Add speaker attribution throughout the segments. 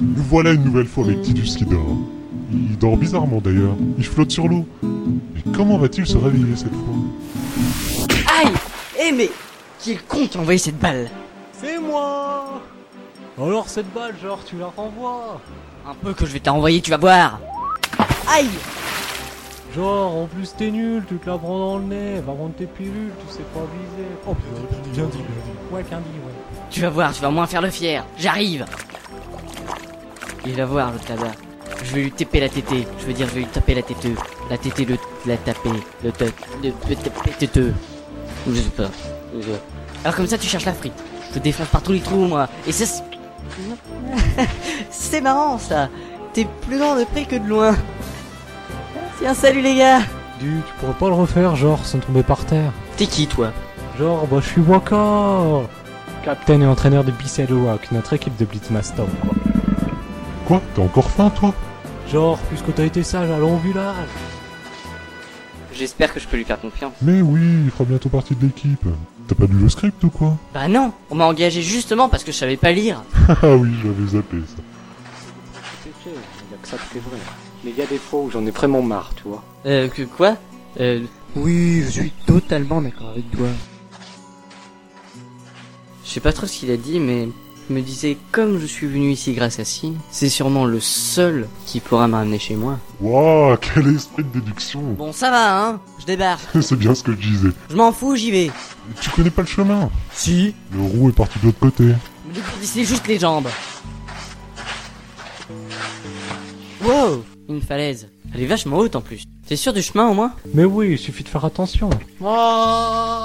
Speaker 1: voilà une nouvelle fois Rectidus qui dort. Il dort bizarrement d'ailleurs. Il flotte sur l'eau. Mais comment va-t-il se réveiller cette fois
Speaker 2: Aïe Eh mais Qu'il compte envoyer cette balle
Speaker 3: C'est moi Alors cette balle, genre, tu la renvoies
Speaker 2: Un peu que je vais t'envoyer, tu vas voir Aïe
Speaker 3: Genre, en plus t'es nul, tu te la prends dans le nez, va prendre tes pilules, tu sais pas viser. Oh, bien dit, bien dit, Ouais, bien dit, ouais.
Speaker 2: Tu vas voir, tu vas moins faire le fier J'arrive Il va voir le tabac. Je vais lui taper la tétée. Je veux dire, je vais lui taper la téteux. La tétée, le... La taper. Le... te- Le... Le... taper téteux. Ou je sais pas. Je- Alors comme ça, tu cherches la frite. Je te défonce par tous les trous, moi. Et ça... c'est- C'est marrant, ça T'es plus grand de près que de loin Tiens, salut les gars
Speaker 3: Du, tu pourrais pas le refaire, genre, sans tomber par terre.
Speaker 2: T'es qui, toi
Speaker 3: Genre, bah je suis Waka Capitaine et entraîneur de Bicelowak, notre équipe de Blitzmaster, quoi.
Speaker 1: Quoi T'as encore faim toi
Speaker 3: Genre, puisque t'as été sage, allons au village
Speaker 4: J'espère que je peux lui faire confiance.
Speaker 1: Mais oui, il fera bientôt partie de l'équipe. T'as pas lu le script ou quoi
Speaker 2: Bah non, on m'a engagé justement parce que je savais pas lire.
Speaker 1: Ah oui, j'avais zappé ça.
Speaker 5: Il y a que ça qui est vrai. Mais il y a des fois où j'en ai vraiment marre, tu vois.
Speaker 2: Euh, que quoi Euh,
Speaker 6: Oui, je suis totalement d'accord avec toi.
Speaker 2: je sais pas trop ce qu'il a dit, mais je me disais, comme je suis venu ici grâce à Sim, c'est sûrement le seul qui pourra me ramener chez moi.
Speaker 1: Waouh, quel esprit de déduction
Speaker 2: Bon, ça va, hein Je débarque.
Speaker 1: C'est bien ce que je disais.
Speaker 2: Je m'en fous, j'y vais.
Speaker 1: Tu connais pas le chemin
Speaker 2: Si
Speaker 1: Le roux est parti de l'autre côté.
Speaker 2: Mais le gourdis, c'est juste les jambes. Wow Une falaise. Elle est vachement haute en plus. T'es sûr du chemin au moins
Speaker 3: Mais oui, il suffit de faire attention.
Speaker 5: Oh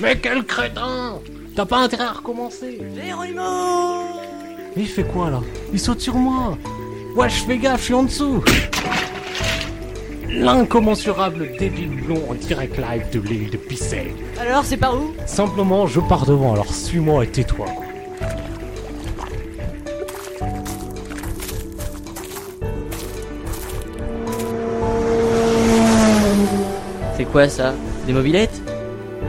Speaker 5: Mais quel crétin T'as pas intérêt à recommencer
Speaker 3: Mais il fait quoi là Il saute sur moi Ouais, je fais gaffe, je suis en dessous
Speaker 5: L'incommensurable débile blond en direct live de l'île de Picel.
Speaker 2: Alors, c'est par où
Speaker 3: Simplement, je pars devant, alors suis-moi et tais-toi.
Speaker 2: C'est quoi ça Des mobilettes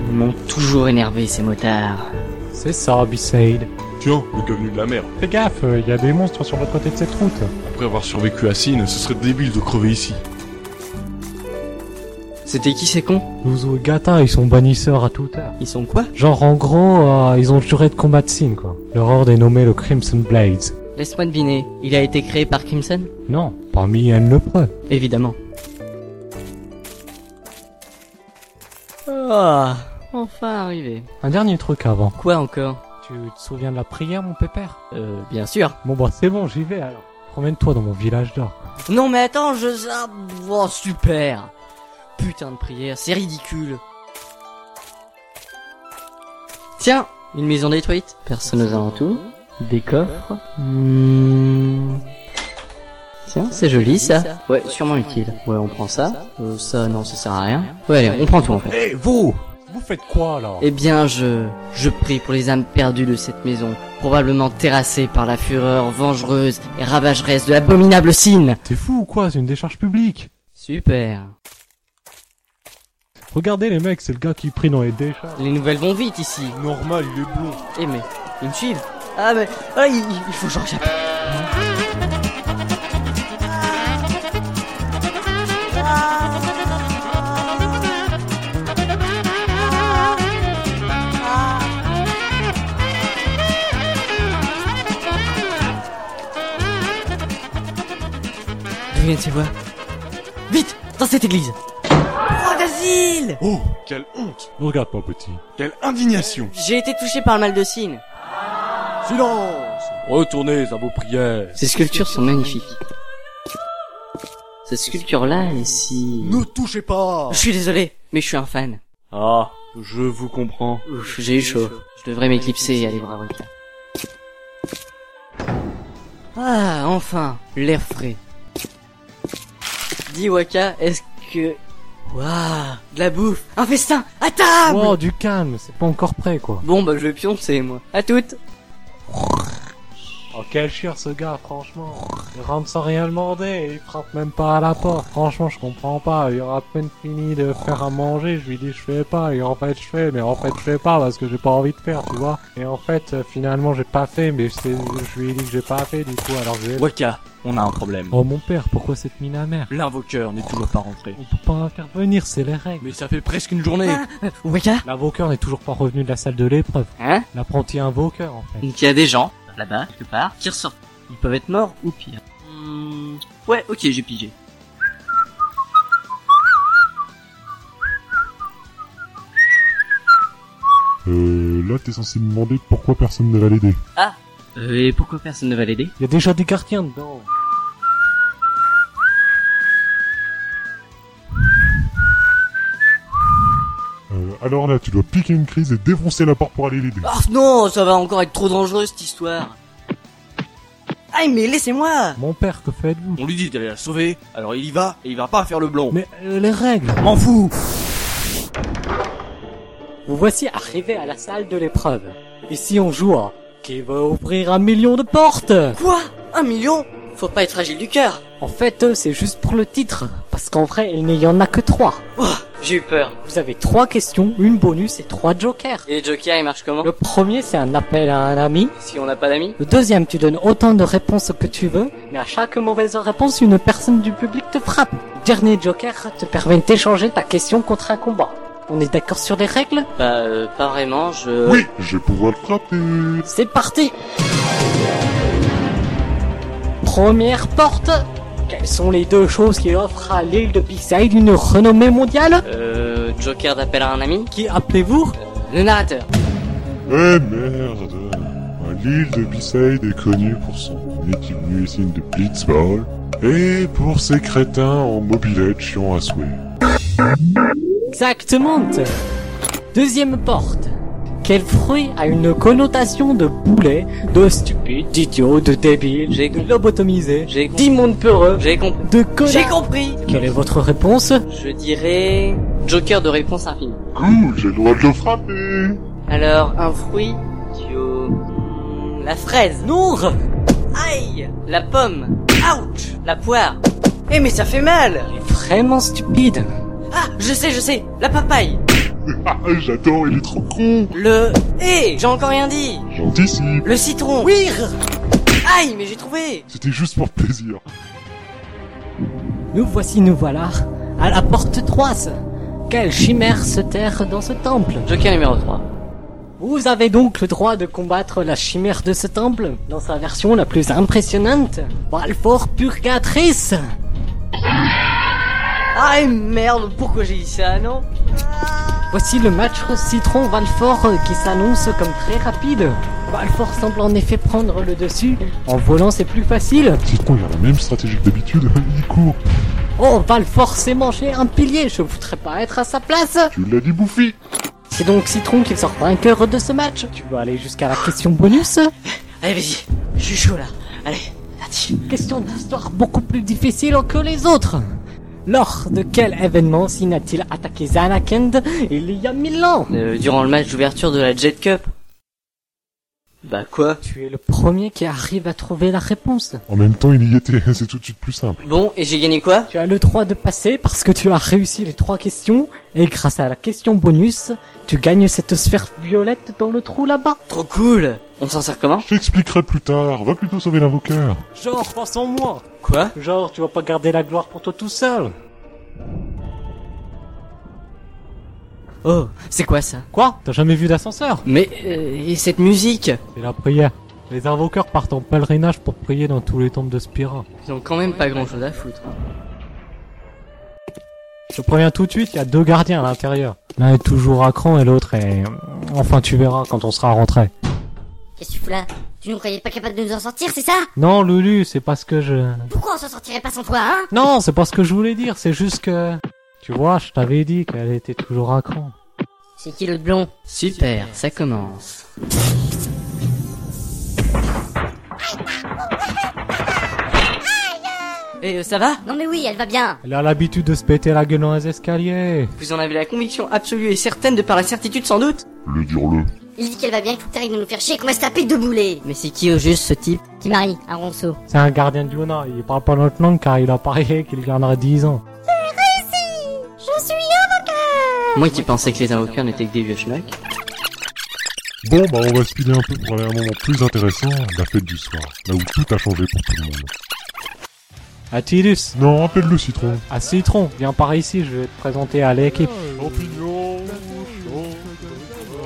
Speaker 2: Ils m'ont toujours énervé ces motards.
Speaker 3: C'est ça, Bisade.
Speaker 7: Tiens, le gars venu de la mer.
Speaker 3: Fais gaffe, il y a des monstres sur l'autre côté de cette route.
Speaker 7: Après avoir survécu à Sine, ce serait débile de crever ici.
Speaker 2: C'était qui ces cons
Speaker 3: Luzu et Gata, ils sont bannisseurs à tout heure.
Speaker 2: Ils sont quoi
Speaker 3: Genre, en gros, euh, ils ont juré de combattre Sin, quoi. Leur ordre est nommé le Crimson Blades.
Speaker 2: Laisse-moi deviner, il a été créé par Crimson
Speaker 3: Non, parmi elles le preuve.
Speaker 2: Évidemment. Ah, enfin arrivé.
Speaker 3: Un dernier truc avant.
Speaker 2: Quoi encore
Speaker 3: Tu te souviens de la prière, mon pépère
Speaker 2: Euh, bien sûr.
Speaker 3: Bon, bah, c'est bon, j'y vais alors. Promène-toi dans mon village d'or.
Speaker 2: Non mais attends, je... ah, Oh, super Putain de prière, c'est ridicule. Tiens, une maison détruite. Personne aux alentours. Des coffres. Hmm. Tiens, c'est joli ça. Ouais, sûrement utile. Ouais, on prend ça. Euh, ça, non, ça sert à rien. Ouais, allez, on prend tout en fait.
Speaker 3: Eh, vous Vous faites quoi là
Speaker 2: Eh bien, je, je prie pour les âmes perdues de cette maison, probablement terrassées par la fureur vengereuse et ravageresse de l'abominable Sin.
Speaker 3: T'es fou ou quoi C'est une décharge publique.
Speaker 2: Super.
Speaker 3: Regardez les mecs, c'est le gars qui prie dans les décharges.
Speaker 2: Les nouvelles vont vite ici.
Speaker 7: Normal, il est blond.
Speaker 2: Eh mais, ils me suivent. Ah mais, ah, il, il- il faut que j'en échappe. D'où viennent ces voix Vite, dans cette église. Roi d'asile
Speaker 7: Oh, quelle honte
Speaker 3: Ne regarde pas, petit.
Speaker 7: Quelle indignation
Speaker 2: J'ai été touché par le mal de Signe.
Speaker 7: Silence Retournez à vos prières
Speaker 2: Ces sculptures sont magnifiques. Cette sculpture-là est si...
Speaker 7: Ne touchez pas
Speaker 2: Je suis désolé, mais je suis un fan.
Speaker 7: Ah, je vous comprends.
Speaker 2: Ouf, j'ai eu chaud. Je devrais m'éclipser et aller voir Wicca. Ah, enfin, l'air frais. Dis Waka, est-ce que... Waouh, de la bouffe, un festin, à table
Speaker 3: Oh, du calme, c'est pas encore prêt quoi.
Speaker 2: Bon bah je vais pioncer moi. À toutes
Speaker 3: Oh, quel chien ce gars, franchement. Il rentre sans rien demander, et il frappe même pas à la porte. Franchement, je comprends pas. Il aura à peine fini de faire à manger, je lui dis je fais pas, et en fait je fais, mais en fait je fais pas parce que j'ai pas envie de faire, tu vois. Et en fait, euh, finalement j'ai pas fait, mais c'est- je lui ai dit que j'ai pas fait du coup, alors je vais...
Speaker 7: Waka, on a un problème.
Speaker 3: Oh mon père, pourquoi cette mine amère
Speaker 7: L'invoqueur n'est toujours pas rentré. Ah.
Speaker 3: On peut pas intervenir, c'est les règles.
Speaker 7: Mais ça fait presque une journée.
Speaker 2: Waka
Speaker 3: L'invoqueur n'est toujours pas revenu de la salle de l'épreuve.
Speaker 4: Hein
Speaker 3: L'apprenti invoqueur, en fait.
Speaker 2: Donc il y a des gens, là-bas, quelque part, qui ressortent. Ils peuvent être morts ou pire. Hmm, Ouais, ok, j'ai pigé.
Speaker 1: Euh, là, t'es censé me demander pourquoi personne ne va l'aider.
Speaker 2: Euh, et pourquoi personne ne va l'aider
Speaker 3: Il y a déjà des gardiens dedans.
Speaker 1: Euh, alors là, tu dois piquer une crise et défoncer la porte pour aller l'aider.
Speaker 2: Oh non, ça va encore être trop dangereux cette histoire. Aïe, mais laissez-moi
Speaker 3: Mon père, que faites-vous
Speaker 7: On lui dit d'aller la sauver, alors il y va et il va pas faire le blond.
Speaker 3: Mais euh, les règles
Speaker 7: M'en fous
Speaker 3: Vous voici arrivé à la salle de l'épreuve. Ici, on joue à qui va ouvrir un million de portes.
Speaker 2: Quoi Un million Faut pas être fragile du cœur
Speaker 8: En fait, euh, c'est juste pour le titre, parce qu'en vrai, il n'y en a que trois.
Speaker 2: J'ai eu peur.
Speaker 8: Vous avez trois questions, une bonus et trois jokers.
Speaker 4: Et les jokers, ils marchent comment
Speaker 8: Le premier, c'est un appel à un ami.
Speaker 4: Si on n'a pas d'amis
Speaker 8: Le deuxième, tu donnes autant de réponses que tu veux, mais à chaque mauvaise réponse, une personne du public te frappe. Le dernier joker te permet d'échanger ta question contre un combat. On est d'accord sur les règles
Speaker 4: Bah, euh, pas vraiment, je...
Speaker 1: Oui, je vais pouvoir le frapper.
Speaker 8: C'est parti Première porte Quelles sont les deux choses qui offrent à l'île de Pixide une renommée mondiale
Speaker 4: Euh, joker d'appel à un ami
Speaker 8: Qui appelez-vous
Speaker 4: Le narrateur.
Speaker 1: Eh merde L'île de Bisade est connue pour son équilisme de blitzball et pour ses crétins en mobilette chiant à souhait.
Speaker 8: Exactement Deuxième porte. Quel fruit a une connotation de boulet, de stupide, d'idiot, de débile,
Speaker 4: J'ai
Speaker 8: de
Speaker 4: compris.
Speaker 8: lobotomisé,
Speaker 4: J'ai compris.
Speaker 8: d'immonde peureux,
Speaker 4: J'ai compris.
Speaker 8: de
Speaker 4: J'ai
Speaker 8: connard
Speaker 4: compris
Speaker 8: Quelle est votre réponse
Speaker 4: Je dirais... Joker de réponse infinie.
Speaker 1: Cool, j'ai le droit de le frapper
Speaker 4: Alors, un fruit du... Hmm, La fraise.
Speaker 8: Non
Speaker 4: Aïe La pomme. Ouch La poire. Eh mais ça fait mal
Speaker 8: Vraiment stupide
Speaker 4: Ah, je sais, je sais La papaye
Speaker 1: Ah, j'adore, il est trop
Speaker 2: Mm.
Speaker 1: con
Speaker 4: Le... Eh J'ai encore rien dit
Speaker 1: J'anticipe,
Speaker 4: Le citron Oui Aïe, mais j'ai trouvé
Speaker 1: c'était juste pour le plaisir.
Speaker 8: Nous voici, nous voilà, à la porte 3 Quelle chimère se terre dans ce temple
Speaker 4: Joker numéro 3.
Speaker 8: Vous avez donc le droit de combattre la chimère de ce temple dans sa version la plus impressionnante, Balfour Purgatrice
Speaker 4: Aïe, Ah, merde, pourquoi j'ai dit ça, non
Speaker 8: Voici le match Citron Valfort qui s'annonce comme très rapide. Valfort semble en effet prendre le dessus. En volant, c'est plus facile.
Speaker 1: Citron, il a la même stratégie que d'habitude, hein, il court.
Speaker 8: Oh, Valfort s'est mangé un pilier. Je voudrais pas être à sa place.
Speaker 1: Tu l'as dit, bouffi
Speaker 8: C'est donc Citron qui sort vainqueur de ce match. Tu veux aller jusqu'à la question bonus
Speaker 4: Allez, vas-y, je suis chaud là. Allez, parti.
Speaker 8: Question d'histoire beaucoup plus difficile que les autres. Lors de quel événement Sina a-t-il attaqué Zanakend il y a mille ans
Speaker 4: Euh, durant le match d'ouverture de la Jet Cup. Bah quoi
Speaker 8: Tu es le premier qui arrive à trouver la réponse.
Speaker 1: En même temps, il y était, c'est tout de suite plus simple.
Speaker 4: Bon, et j'ai gagné quoi
Speaker 8: Tu as le droit de passer parce que tu as réussi les trois questions et grâce à la question bonus, tu gagnes cette sphère violette dans le trou là-bas.
Speaker 4: Trop cool On s'en sert comment
Speaker 1: Je t'expliquerai plus tard, va plutôt sauver l'invoqueur.
Speaker 3: Genre, pense en moi.
Speaker 4: Quoi
Speaker 3: Genre, tu vas pas garder la gloire pour toi tout seul.
Speaker 2: Oh, c'est quoi ça
Speaker 3: Quoi T'as jamais vu d'ascenseur
Speaker 2: Mais, euh, et cette musique
Speaker 3: C'est la prière. Les invoqueurs partent en pèlerinage pour prier dans tous les temples de Spira.
Speaker 4: Ils ont quand même pas grand chose à foutre.
Speaker 3: Je préviens tout de suite, il y a deux gardiens à l'intérieur. L'un est toujours à cran et l'autre est... Enfin, tu verras quand on sera rentré.
Speaker 9: Qu'est-ce que tu fous là Tu nous croyais pas capable de nous en sortir, c'est ça
Speaker 3: Non, Lulu, c'est parce que je...
Speaker 9: Pourquoi on s'en sortirait pas sans toi, hein
Speaker 3: Non, c'est pas ce que je voulais dire, c'est juste que... Tu vois, je t'avais dit qu'elle était toujours à cran.
Speaker 9: C'est qui l'autre blond
Speaker 2: Super, ça commence.
Speaker 4: Eh, euh, ça va
Speaker 9: Non mais oui, elle va bien.
Speaker 3: Elle a l'habitude de se péter la gueule dans les escaliers.
Speaker 4: Vous en avez la conviction absolue et certaine de par la certitude sans doute
Speaker 1: Le dire le
Speaker 9: Il dit qu'elle va bien, qu'il faut que t'arrives de nous faire chier, qu'on va se taper deux boulets.
Speaker 2: Mais c'est qui au juste ce type
Speaker 9: Qui marie un ronceau.
Speaker 3: C'est un gardien de Yuna, il parle pas notre langue car il a parié qu'il gardera 10 ans.
Speaker 9: Je suis avocat
Speaker 2: Moi qui pensais que les avocats n'étaient que des vieux schnacks.
Speaker 1: Bon, bah on va speeder un peu pour aller à un moment plus intéressant, la fête du soir, là où tout a changé pour tout le monde.
Speaker 3: Attilus
Speaker 1: Non, appelle le citron.
Speaker 3: À Citron, viens par ici, je vais te présenter à l'équipe.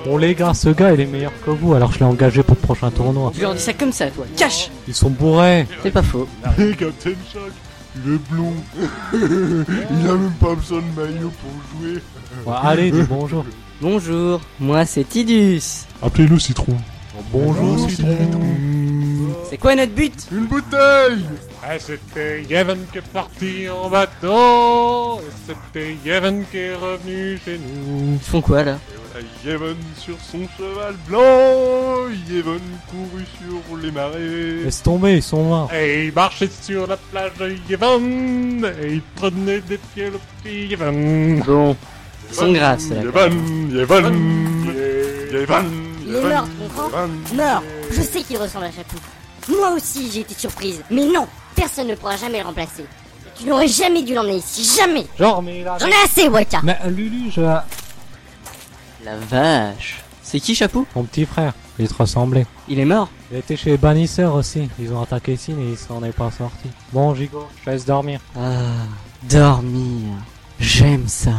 Speaker 3: Bon les gars, ce gars il est meilleur que vous alors je l'ai engagé pour le prochain tournoi.
Speaker 2: Tu leur dis ça comme ça, toi. Cache
Speaker 3: Ils sont bourrés
Speaker 2: C'est pas faux.
Speaker 1: Hé, Captain Shock, il est blond. il a même pas besoin de maillot pour jouer.
Speaker 3: Ouais, Allez, dis bonjour.
Speaker 2: Bonjour, moi c'est Tidus.
Speaker 1: Appelez le citron.
Speaker 3: Bonjour,
Speaker 2: C'est quoi notre but
Speaker 1: Une bouteille
Speaker 3: Ah, c'était Yevon qui est parti en bateau et C'était Yevon qui est revenu chez nous
Speaker 2: Ils font quoi là
Speaker 7: Ah,
Speaker 1: Yevon sur son cheval blanc, Yevon couru sur les marais.
Speaker 3: Laisse tomber, ils sont là Et il marchait sur la plage de Yevon Et il prenait des pieds le petit Yevon
Speaker 2: Ils sont grasses là.
Speaker 1: Yevon, Yevon, Yevon,
Speaker 9: Il est mort, tu comprends Mort Je sais qu'il ressemble à Chapou. Moi aussi, j'ai été surprise. Mais non, personne ne pourra jamais le remplacer. Tu n'aurais jamais dû l'emmener ici, jamais
Speaker 3: Genre, mais là...
Speaker 9: J'en ai assez, Waka
Speaker 3: Mais euh, Lulu, je...
Speaker 2: La vache. C'est qui Chapou
Speaker 3: Mon petit frère, il te ressemblait.
Speaker 2: Il est mort
Speaker 3: Il était chez les bannisseurs aussi. Ils ont attaqué Sin et il s'en est pas sorti. Bon, Gigo, je te laisse dormir.
Speaker 2: Ah, dormir. J'aime ça.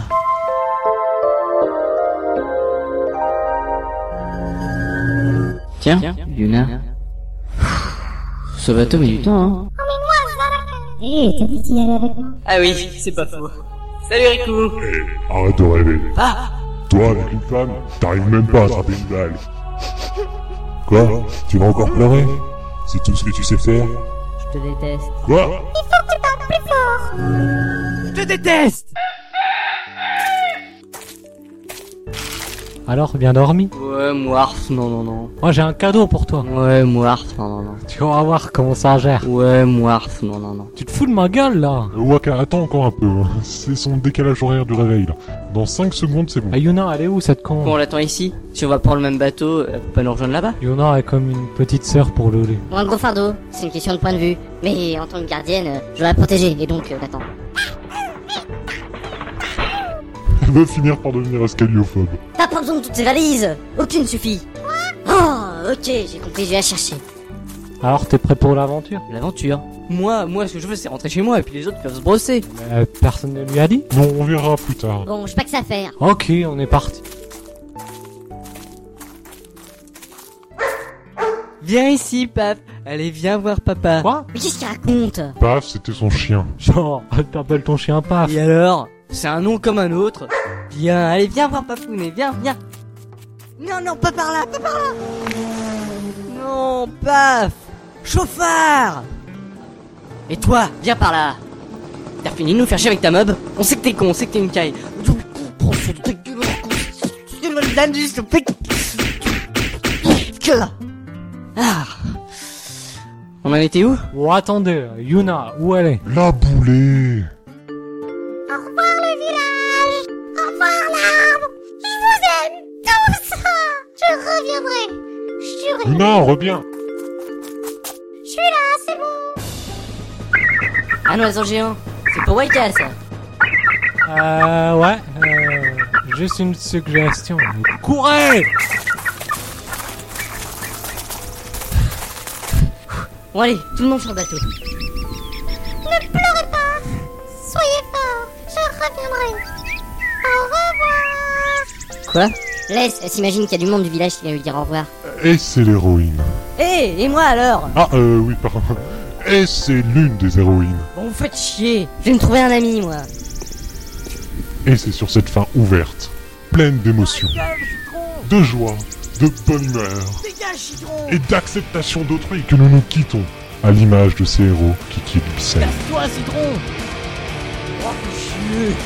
Speaker 2: Tiens, Yuna. Ça va tomber du temps, hein
Speaker 4: Ah oui, c'est pas faux. Salut Riku
Speaker 1: Arrête de rêver.
Speaker 9: Ah
Speaker 1: Toi, avec une femme, t'arrives même pas à attraper une balle. Quoi Tu vas encore pleurer C'est tout ce que tu sais faire
Speaker 9: Je te déteste.
Speaker 1: Quoi
Speaker 3: Alors, bien dormi.
Speaker 2: Ouais, Moirf, non, non, non.
Speaker 3: Moi, j'ai un cadeau pour toi.
Speaker 2: Ouais, Moirf, non, non, non.
Speaker 3: Tu vas voir comment ça gère.
Speaker 2: Ouais, Moirf, non, non, non.
Speaker 3: Tu te fous de ma gueule, là
Speaker 1: Euh, Waka, attends encore un peu. hein. C'est son décalage horaire du réveil, là. Dans 5 secondes, c'est bon.
Speaker 3: Ah, Yuna, elle est où, cette
Speaker 2: Bon, on
Speaker 3: con
Speaker 2: l'attend ici. Si on va prendre le même bateau, elle peut pas nous rejoindre là-bas.
Speaker 3: Yuna est comme une petite sœur pour Lulu.
Speaker 9: Bon, un gros fardeau, c'est une question de point de vue. Mais en tant que gardienne, euh, je dois la protéger, et donc, euh, l'attends.
Speaker 1: Elle va finir par devenir escaliophobe.
Speaker 9: T'as pas besoin de toutes ces valises Aucune suffit Oh, ok, j'ai compris, je vais la chercher.
Speaker 3: Alors, t'es prêt pour l'aventure
Speaker 2: L'aventure. Moi, moi, ce que je veux, c'est rentrer chez moi et puis les autres peuvent se brosser.
Speaker 3: Euh, Personne ne lui a dit
Speaker 1: Non, on verra plus tard.
Speaker 9: Bon, je pas que ça à faire.
Speaker 3: Ok, on est parti.
Speaker 2: Viens ici, pap. Allez, viens voir papa.
Speaker 3: Quoi
Speaker 9: Mais qu'est-ce qu'il raconte
Speaker 1: Paf, c'était son chien.
Speaker 3: Genre, t'appelles ton chien paf.
Speaker 2: Et alors C'est un nom comme un autre. Viens, allez, viens voir Papounet, viens, viens. Non, non, pas par là, pas par là. Non, paf Chauffard Et toi, viens par là. T'as fini de nous faire chier avec ta mob On sait que t'es con, on sait que t'es une caille. Ah On en était où
Speaker 3: Bon, attendez, Yuna, où elle est
Speaker 1: La boulée Luna, reviens
Speaker 2: Un oiseau géant.
Speaker 4: C'est pour Waka ça
Speaker 3: Euh, ouais, euh, juste une suggestion. Courez
Speaker 9: Bon, allez, tout le monde sur le bateau.
Speaker 2: Quoi
Speaker 9: Laisse, elle s'imagine qu'il y a du monde du village qui vient lui dire au revoir.
Speaker 1: Et c'est l'héroïne.
Speaker 4: Hé,
Speaker 2: Eh,
Speaker 4: et moi alors
Speaker 1: Ah, euh, oui, pardon. Et c'est l'une des héroïnes.
Speaker 9: Bon, vous faites chier Je vais me trouver un ami, moi.
Speaker 1: Et c'est sur cette fin ouverte, pleine d'émotions, de joie, de bonne humeur et d'acceptation d'autrui que nous nous quittons à l'image de ces héros qui quittent Bisset.
Speaker 2: Casse-toi, citron Oh, fais chier